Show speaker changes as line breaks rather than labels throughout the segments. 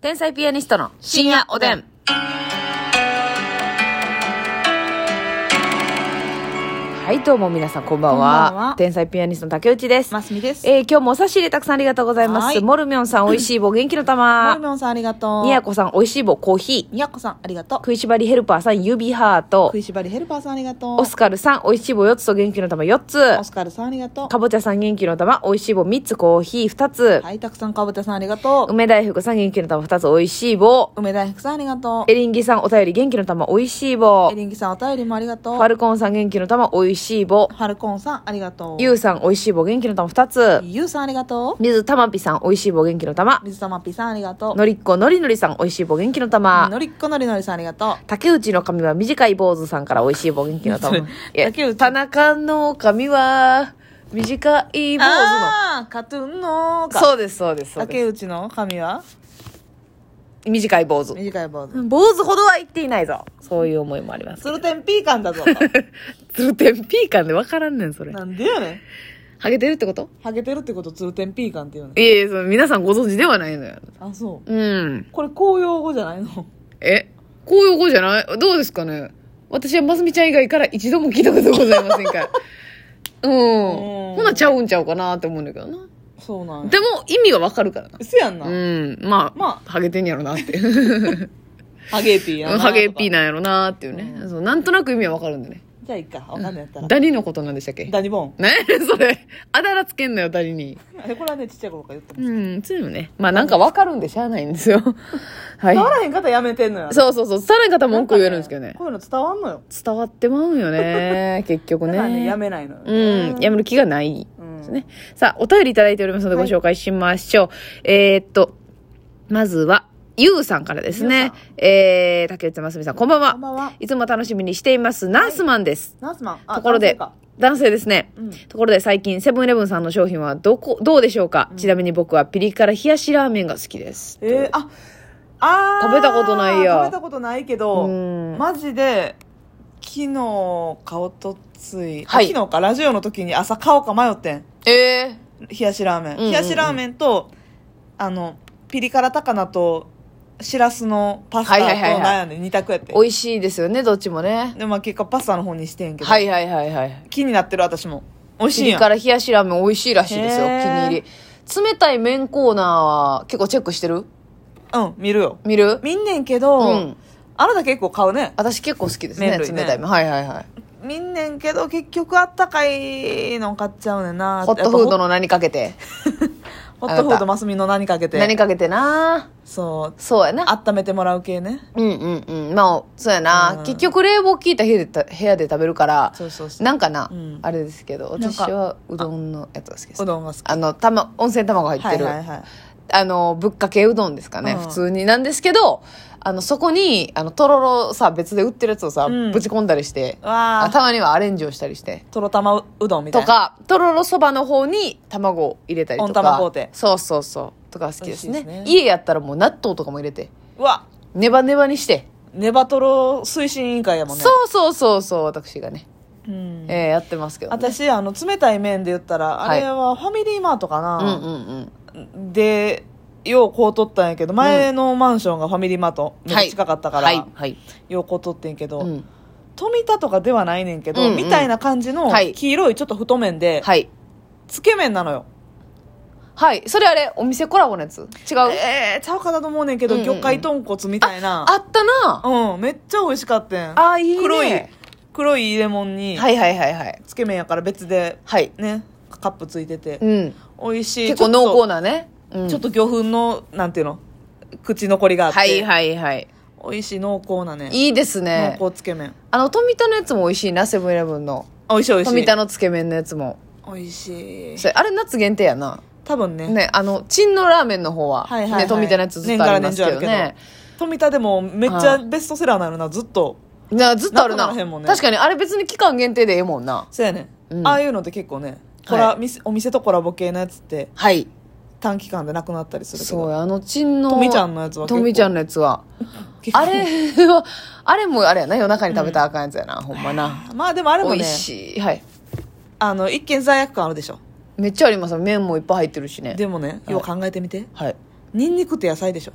天才ピアニストの深夜おでん。はい、どうも皆さんこんばんは。
こんばんは
天才ピアニストの竹内です。
ますみです。
えー、今日もお差し入れたくさんありがとうございま
は
す。
い
モルミョンさん、美味しい棒、元気の
まる
玉。
みょんさんありがとう。
みやこさん、美味しい棒、コーヒー。
みやこさんありがとう。
食いしばりヘルパーさん、指ハート
食。いしばりヘルパーさんありがとう。
オスカルさん、美味しい棒4つと元気の玉4つ
オ。スカルさんありがと
かぼちゃさん、元気の玉、美味しい棒3つ、コーヒー2つ
う。。はい、たくさんかぼちゃさんありがとう。
梅大福さん、元気の玉2つ、美味しい棒。
梅大福さんありがとう。
エリンギさん、お便り、元気の玉、美味しい棒
エ。リンギさんお便りもありがとう。
ファルコンさん、元気の玉、美味しい棒。
ファルコンさんありがとう。
ゆうさん、美味しい棒、元気の玉2つ。
ゆうさんありがと
水たまぴさん、美味しい棒、元気の玉
う。。水玉ぴさんありがとう。
のりっこ、のりのりさん、美味しい棒、元気の玉。
のりっこのりのりさんありがと
竹内の髪は短い坊主さんから美味しい棒元気の 玉。い
それ
や
竹内。
田中の髪は短いう坊主
あー、カトゥーンの
の。
か。
そうです、そうです、そうで
竹内の髪は
す。短い坊主。
短い坊主。
坊主ほどは言っていないぞ。そういう思いもあります。
鶴天ピーカンだ ぞ。
つるてんピーカンで分からんねん、それ。
なんでやねん。
ハゲてるってこと
ハゲてるってこと鶴天ピーカンって言うね
いえいえ、その皆さんご存知ではないのよ。
ん。あ、そう。
うん。
これ公用語じゃないの
えこういう子じゃないどうですかね私はますみちゃん以外から一度も聞いたことございませんから。うん。ほなちゃうんちゃうかなって思うんだけどな。
そうなんや。
でも意味はわかるからな。
せやんな。
うん。まあ、
ま
ハゲてんやろなって。
ハゲピーやなとか。
ハゲピーなんやろなっていうね、そう。なんとなく意味はわかるんでね。
じゃあいいか。わかんないやったら。
ダニのことなんでしたっけ
ダニボン。
ね それ。あだらつけんなよ、ダニに。
あれこれはね、ちっちゃい頃から言ってます。
うん、つもね。まあなんかわかるんでしゃあないんですよ。はい
伝。わらへん方やめてんのよ。
そうそうそう。さらに方文句言えるんですけど
なん
ね
か。こういうの伝わんのよ。
伝わってまうんよね。結局
だ
ね。
からね、やめないのよ。
うん、やめる気がないですね。さあ、お便りいただいておりますのでご
はい
紹介しましょう。えーっと、まずは、ゆうさんからです
ゆう
ね
さ。
えー、竹内ますみさん、こんばんは。
こんばんはい
つも楽しみにしています。ナースマンです。
ナースマン。あ
ところで
男性か、
男性ですね。
うん
ところで最近、セブンイレブンさんの商品はどこ、どうでしょうか、ちなみに僕はピリ辛冷やしラーメンが好きです。
えー、あ、あー
食べたことないや
食べたことないけど、
うん
マジで、昨日、顔とつい、あ
はい
昨日か、ラジオの時に朝買おうか迷ってん。
え
冷やしラーメン。
うんうんうん
冷やしラーメンと、あの、ピリ辛高菜と、しらすのパスタと
はいはいはいはい
悩んで、二択やって
ー、。美味しいですよね、どっちもね。
で、まあ結果パスタの方にしてんけど。
はいはいはいはい。
気になってる私も。美味し
ピ
い
リ
やん。
辛冷やしラーメン美味しいらしいですよ、気
へ
に
ー
入り。冷たい麺コーナーは結構チェックしてる
うん、見るよ。
見る
見んねんけど、
うん
あなた結構買うね。
私結構好きですね、
麺類ね
冷たい麺。はいはいはい。
見んねんけど、結局あったかいの買っちゃうねんな。
ホットフード
の。
の何かけて。
ホット
あな
フー
た
ドマスミの何かけて。
何かけてな
そう。
そうやな。
温めてもらう系ね。
うんうんうん。まあ、そうやな。
うん
結局冷房効いた部屋でた部屋で食べるから、
そうそうそう。
なんかな、
うん
あれですけど、
なん
私
か
はうどんのやつが好きです
う。どんが好き。
あの、たま、温泉卵入って
はい
る。
はいはい。
あの、ぶっかけうどんですかね、
うん
普通に。なんですけど、あの、そこに、あの、とろろさ、別で売ってるやつをさ、
うん
ぶち込んだりして、
わ
あ
あ。
たまにはアレンジをしたりして。
とろたまうどんみたい
と
な。。
か、とろろそばの方に卵を入れたりとか。
温玉工程
そうそうそう。とか好きですね。
美味しいですね
家やったらもう納豆とかも入れて、
うわ。
ネバネバにして。
ネバトロ推進委員会やもんね。
そうそうそうそう、私がね。
うん。
えーやってますけど、ね。
私、あの、冷たい麺で言ったら、
は
あ
い
れはファミリーマートかな。
うんうんうん。
で、ようこう取ったんやけど、前のマンションがファミリーマート、めっちゃ近かったから、
はい、はい。
ようこう取ってんけど、
うん。
富田とかではないねんけど、
うんうん
みたいな感じの
はい
黄色いちょっと太麺で、
はい。
つけ麺なのよ。
はい。それあれ、お店コラボのやつ違う、
えー、ちゃうかなと思うねんけど、
うんうんうん
魚介豚骨みたいな。
あったな
うん、めっちゃ美味しかったん。
あいいね
黒い、黒いレモンに、
はいはいはいはい。
つけ麺やから別で、
はい。
ね、カップついてて、
うん。
美味しい。
結構
ちょっと
濃厚なね。うん
ちょっと魚粉の、なんていうの口残りがあって。
はいはいはい。
美味しい濃厚なね。
いいですね。
濃厚つけ麺。
あの、富田のやつも美味しいな、セブンイレブンの。
美味しい美味しい。
富田のつけ麺のやつも。
美味しい。
それあれ夏限定やな。
多分ね。
ね、あの、チンのラーメンの方は、
はいはいはい
ね、富田のやつずっとありますけど
年から年中あ
ね
る。富田でもめっち
ああ
ゃベストセラーなるな、ずっと。
なずっとあるな
なくならへんもんね
確かに、あれ別に期間限定でええもんな。
そうやね、
うん
ああいうのって結構ね、コラ
はい
店お店とコラボ系のやつって
はい。
短期間でなくなったりするけど。
そうや、あの、チンの。
富ちゃんのやつは結構
富ちゃんのやつ は。
結構
あれは、あれもあれやな、夜中に食べたらあかんやつやな、ほんまな。
まあでもあれも
美
ね
味、しい。はい。
あの、一見罪悪感あるでしょ。
めっちゃありますよ。麺もいっぱい入ってるしね。
でもね、よう考えてみて。
はい。
ニンニクって野菜でしょ。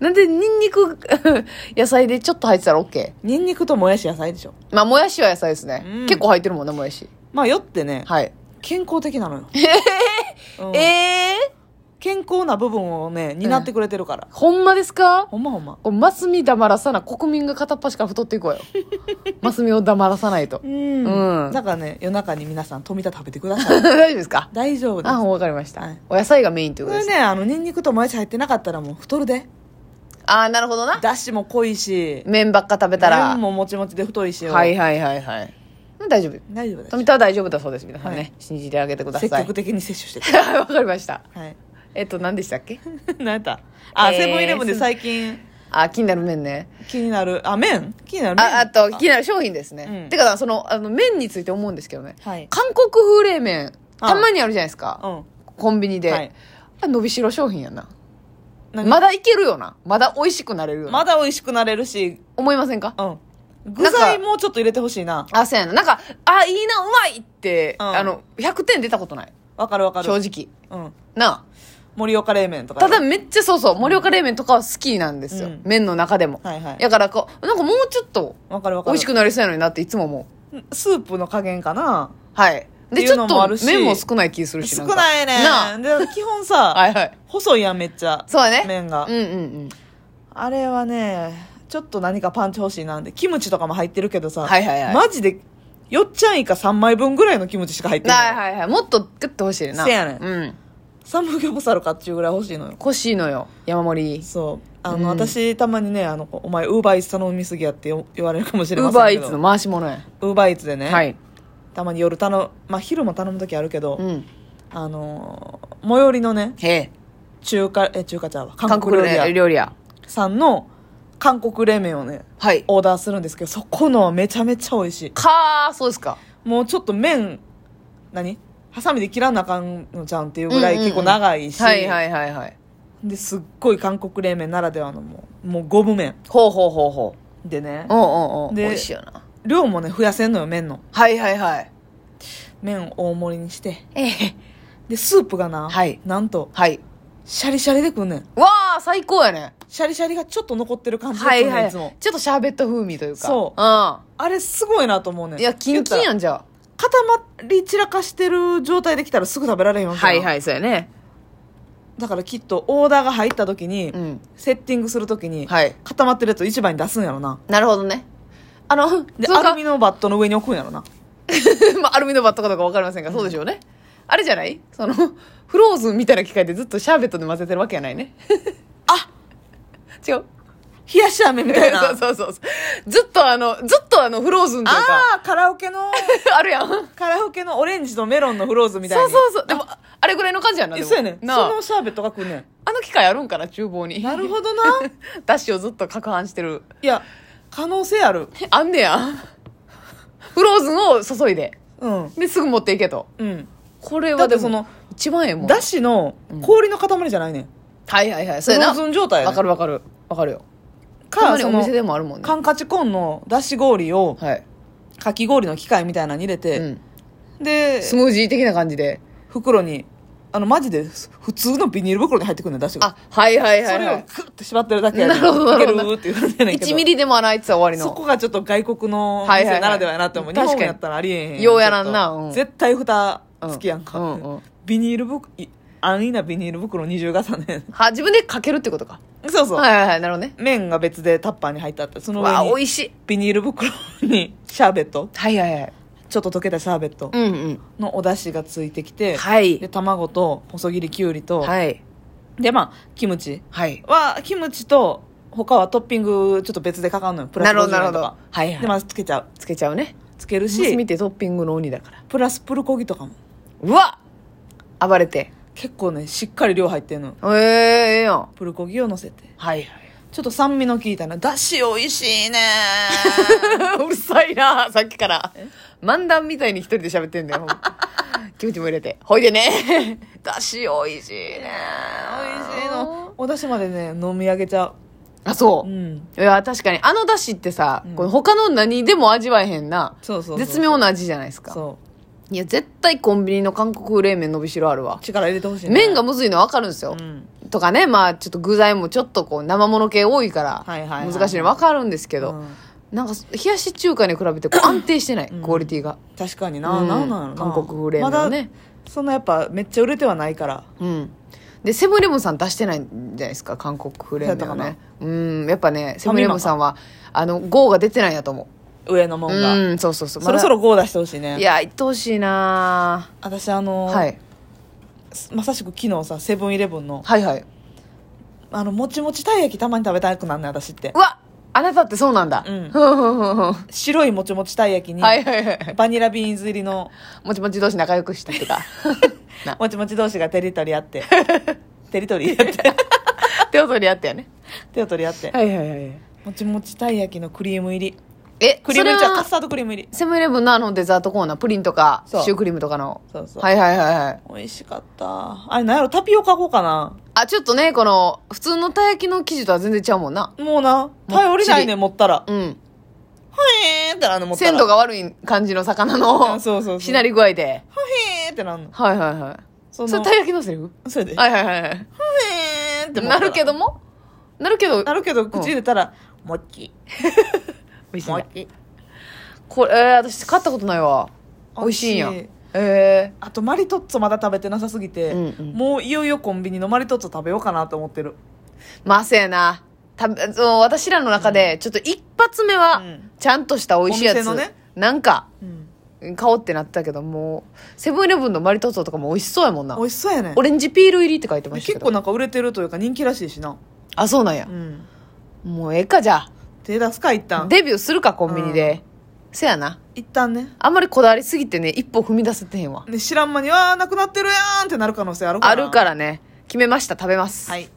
なんでニンニク 野菜でちょっと入ってたら OK
ニンニクともやし野菜でしょ
まあもやしは野菜ですね、
うん
結構入ってるもんねもやし
まあよってね、
はい、
健康的なのよ、うん
ええ
健康な部分をね担ってくれてるから、
ー、ほんまですか
ほんまほんま
こうマスミ黙らさな国民が片っ端から太ってい こうよマスミを黙らさないと
うん
うん
だからね夜中に皆さん富田食べてください
大丈夫ですか
大丈夫です
あわかりました、
はい
お野菜がメインという
こ
ことで
れ
す、
ねあのニンニクともやし入ってなかったらもう太るで
ああなるほどな
だしも濃いし
麺ばっか食べたら
麺ももちもちで太いしよ
はいはいはいはいうん大丈夫
大丈夫です
富田は大丈夫だそうです皆さんね、
はい
信じてあげてください
積極的に摂取してく
わかりました
ださ い
えっと何でしたっけ
何やったあ、
えー
セブンイレブンで最近
あ気になる麺ね
気になるあ麺気になる麺
ああと気になる商品ですね、
うん
てかそのあの麺について思うんですけどね、
はい
韓国風冷麺
あ
たまにあるじゃないですか、
うん
コンビニで、
はい
あ伸びしろ商品やな
なんか
まだいけるよなまだ美味しくなれるよな、
まだ美味しくなれるし
思いませんか
うん具材もうちょっと入れてほしいな
あそうやななんかあいいなうまいって、
うん
あの100点出たことない
わかるわかる
正直
うん
な
盛岡冷麺と
あ
か
ただめっちゃそうそう盛岡冷麺とかは好きなんですよ、
うん
麺の中でも、
はいはい
だからこうなんかもうちょっと
わかるわか
美
る
味しくなりそうやのになっていつも思う
スープの加減かな
はい
って
で
い
ち
う
ょ
の
っ
もあ
と
るし
麺も少ない気するし
少
んか
ないね
なあ
で基本さ、
はいはい
細いやんめっちゃ
そうだね
麺が、
うんうん
あれはねちょっと何かパンチ欲しいなんでキムチとかも入ってるけどさ、
はいはいはい
マジでよっちゃんイカ3枚分ぐらいのキムチしか入っ
う
て
ん
ない、
はいはいはいもっと食ってほしいな
せやねん
うん
サムギョプサルかっちゅうぐらい欲しいのよ
欲しいのよ山盛り
そうあの、
うん
私たまにねあのお前ウーバーイーツ頼みすぎやってよ言われるかもし
ウ
れま
ー
せん
バー
け
イ
ど
ーツの回し物や
ウーバーイーツでね、
はい
たまに夜頼むまあ昼も頼む時あるけど、
うん
あのー最寄りのね
へえ
中華え中華茶は韓
韓
国料
国
理屋
料理屋
さんの韓国冷麺をね
はい
オーダーするんですけどそこのはめちゃめちゃ美味しい
かーそうですか
もうちょっと麺何ハサミで切らなあかんのじゃんっていうぐらい
うんうんうん
結構長いし、
はいはいはいはい
ですっごい韓国冷麺ならではのもうもう五分麺
ほうほうほうほ
でね
ううんうんうん
で
美味しいよな
量もね増やせんのよ麺の
はいはいはい
麺を大盛りにして
ええ
でスープがな、
はい
なんと
はい
シャリシャリで食うねん
わあ最高やね
シャリシャリがちょっと残ってる感じで
は
食う
い
ねん、、
はいい
つ
ち
も
ょっとシャーベット風味というか
そう
う
あれすごいなと思うねん
んいやキンキンや
ん
んじゃ
固まり散らかしてる状態できたらすぐ食べられへん
あ
わけ
はいはいいそうやね
だからきっとオーダーが入った時に、
うん
セッティングするときに、
はい
固まってるやつを一番に出すんやろな。
なるほどねあのそう
で、
か
アルミのバットの上に置くんやろな。
まあ、アルミのバットかどうか分かりませんが、そうでしょうね。あれじゃないその、 フローズンみたいな機械でずっとシャーベットで混ぜてるわけやないね。
あ
違う。
冷やし飴みたいな。
そうそうそうそう。ずっとあの、ずっとあの、フローズンというか、
ああ、カラオケの、
あるやん。そう
カラオケのオレンジとメロンのフローズみたいな。
そうそう。でも、ああれぐらいの感じやんな。でも
そうやねん。そ
なあ
のシャーベットが来んねん。
あの機械あるんかな、厨房に。
なる
ど。
ほどな。
ダッシュをずっと攪拌してる。
いや、可能性ある。
あんねや。 フローズンを注いで。
うん。
で、すぐ持っていけと。
うん。
これ
だ
は
って
で
そ
も、
の、
一番ええもん。
だしの氷の塊じゃないねん。
はいはいはい。
フ
そう
ロ
や
ー
な。
ズン状態や
わ
ね
か
ん。
るわかる。わかるよ。たま
か、
に
そ
お
の
店、でもあるもんね。
カンカチコーンのだし氷を、
はい。
かき氷の機械みたいなのに入れ
う
て、
ん。
で、
スムージー的な感じで。
袋にあのマジでふ普通のビニール袋に入ってくるねん出してくる
あ、はいはいはい、は
それをグッて縛ってるだけやね
な
ん
るほど
いける
なるほ
っていう感じやね
い。
んけど
1ミリでも穴開いてたら終わり
そ
の。
こがちょっと外国の
はいはいは
店
い
ならではやなって思う、
確かに
日本やったらありえへん
ようやらんな
ちょっと
うん
絶対蓋好きやんか、
うんうん
ビニール袋い安易なビニール袋二重重ね
は、自分でかけるってことか。
そうそう、
はいはいはい、なるほどね。
麺が別でタッパーに入ってあってその
わあ、
上
美
に
味しい。
ビニール袋にシャーベット
はいはいはい。
ちょっと溶けたシャーベット
うんうん。
のお出汁がついてきて、
はい
で。卵と細切りきゅうりと、
はい。
でまあキムチ
はい。
はキムチと他はトッピングちょっと別でかかんのよプラス
なるほどなる
50
ほ
円と
ど。
か
はいはい。
でまずつけちゃう
つけちゃうね。
つける
し、見
して
トッピングの鬼だから。
プラスプルコギとかも
うわ暴れて。
結構ねしっかり量入ってんの
ええええやん。
プルコギを乗せて
はい
ちょっと酸味の効いたなだし美味しいね
はい。うるさいなさっきから。漫談みたいに一人で喋ってんだよ。ほん まキムチも入れて。ほいでね。 だし美味しいね
美味しいのお出汁までね飲み上げちゃ
あ、そう
ううん
いや、確かに。あの出汁ってさ、
うん
この他の何でも味わえへんな、
そうそうそう
絶妙な味じゃないですか。
そう
いや、絶対コンビニの韓国冷麺伸びしろあるわ。
力入れてほしい、ね、
麺がむずいの分かるんですよ
う。ん
とかね、まあ、ちょっと具材もちょっとこう、生物系多いから、
はいはいはい
難しいの分かるんですけど、
うん
なんか、冷やし中華に比べてこう安定してない、クオリティが。
確かにな、
うん
なんなんやろな
韓国冷麺はね
まだそんなやっぱめっちゃ売れてはないから
うん。で、セブンイレブンさん出してないんじゃないですか、韓国風冷麺は
そうやっ
ね。うん、やっぱね、セブンイレブンさんは、あの、GO が出てないんやと思
上のも
う。
んが、
うん、そうそうそう。
そろそろ5出してほしい
まだ。
ね
いや、いってほしいな
私あの、
はい。
まさしく昨日さセブンイレブンの
はいはい。
あのもちもちたい焼きたまに食べたくなんねん私って
うわあなたってそうなんだ。
うん
ふんふんふんふん
白いもちもちたい焼きに、
はいはいはい。
バニラビーンズ入りの
もちもち同士仲良くした とか。な
もちもち同士がテリトリーあって テリトリーやって
手を取り合ってやね。
手を取り合って
はいはいはい。
もちもちたい焼きのクリーム入り
え、
クリーム入
そ
りち
れ
ゃうカ
は
スタードクリーム入り
セブンイレブンのあのデザートコーナー、プリンとか、シ
そう
ュークリームとかの。
そうそう、
はいはいはいはい。
美味しかったあれなんやろタピオカ粉かな
あ、ちょっとね、この、普通のたい焼きの生地とは全然ちゃうもんな。
もうな
り
頼りないねん持ったら
うん。
ふへーってなるの持ったら
鮮度が悪い感じの魚
うん
の、
そうそうそう
しなり具合で。
ふへーってなるの
はいはいはい。
そ
それ
の
たい焼きのセリフ
それでふ
はいはいはいはい。
へーって持った
な
ら
るけどもなるけど、
なるけど口入れたらもっち
美味しい
も
ね
っ。ち
これ、えー私買ったことないわ。美味しいんや
美味しい。
え
あとマリトッツォまだ食べてなさすぎて、
うんうん
もういよいよコンビニのマリトッツォ食べようかなと思ってる
ー、まあ、せやな。たその私らの中で、ちょっと一発目は
うん、
ちゃんとした美味しいや
お
つ。
店のね
なんか、
うん
買おうってなったけど、もう、セブンイレブンのマリトッツォとかも美味しそうやもんな
美。味しそうやね
オレンジピール入りって書いてましたけ
結
ど。
構なんか売れてるというか人気らしいしな
あ、そうなんや
う。ん
もうええか、じゃ
手出すか一
あ。
旦
デビューするか、コンビニで。せやな。
一旦ね
あんまりこだわりすぎてね、一歩踏み出せてへんわ。
ね知らん間にわあなくなってるやんってなる可能性あるから
あるからね、決めました、食べます。
はい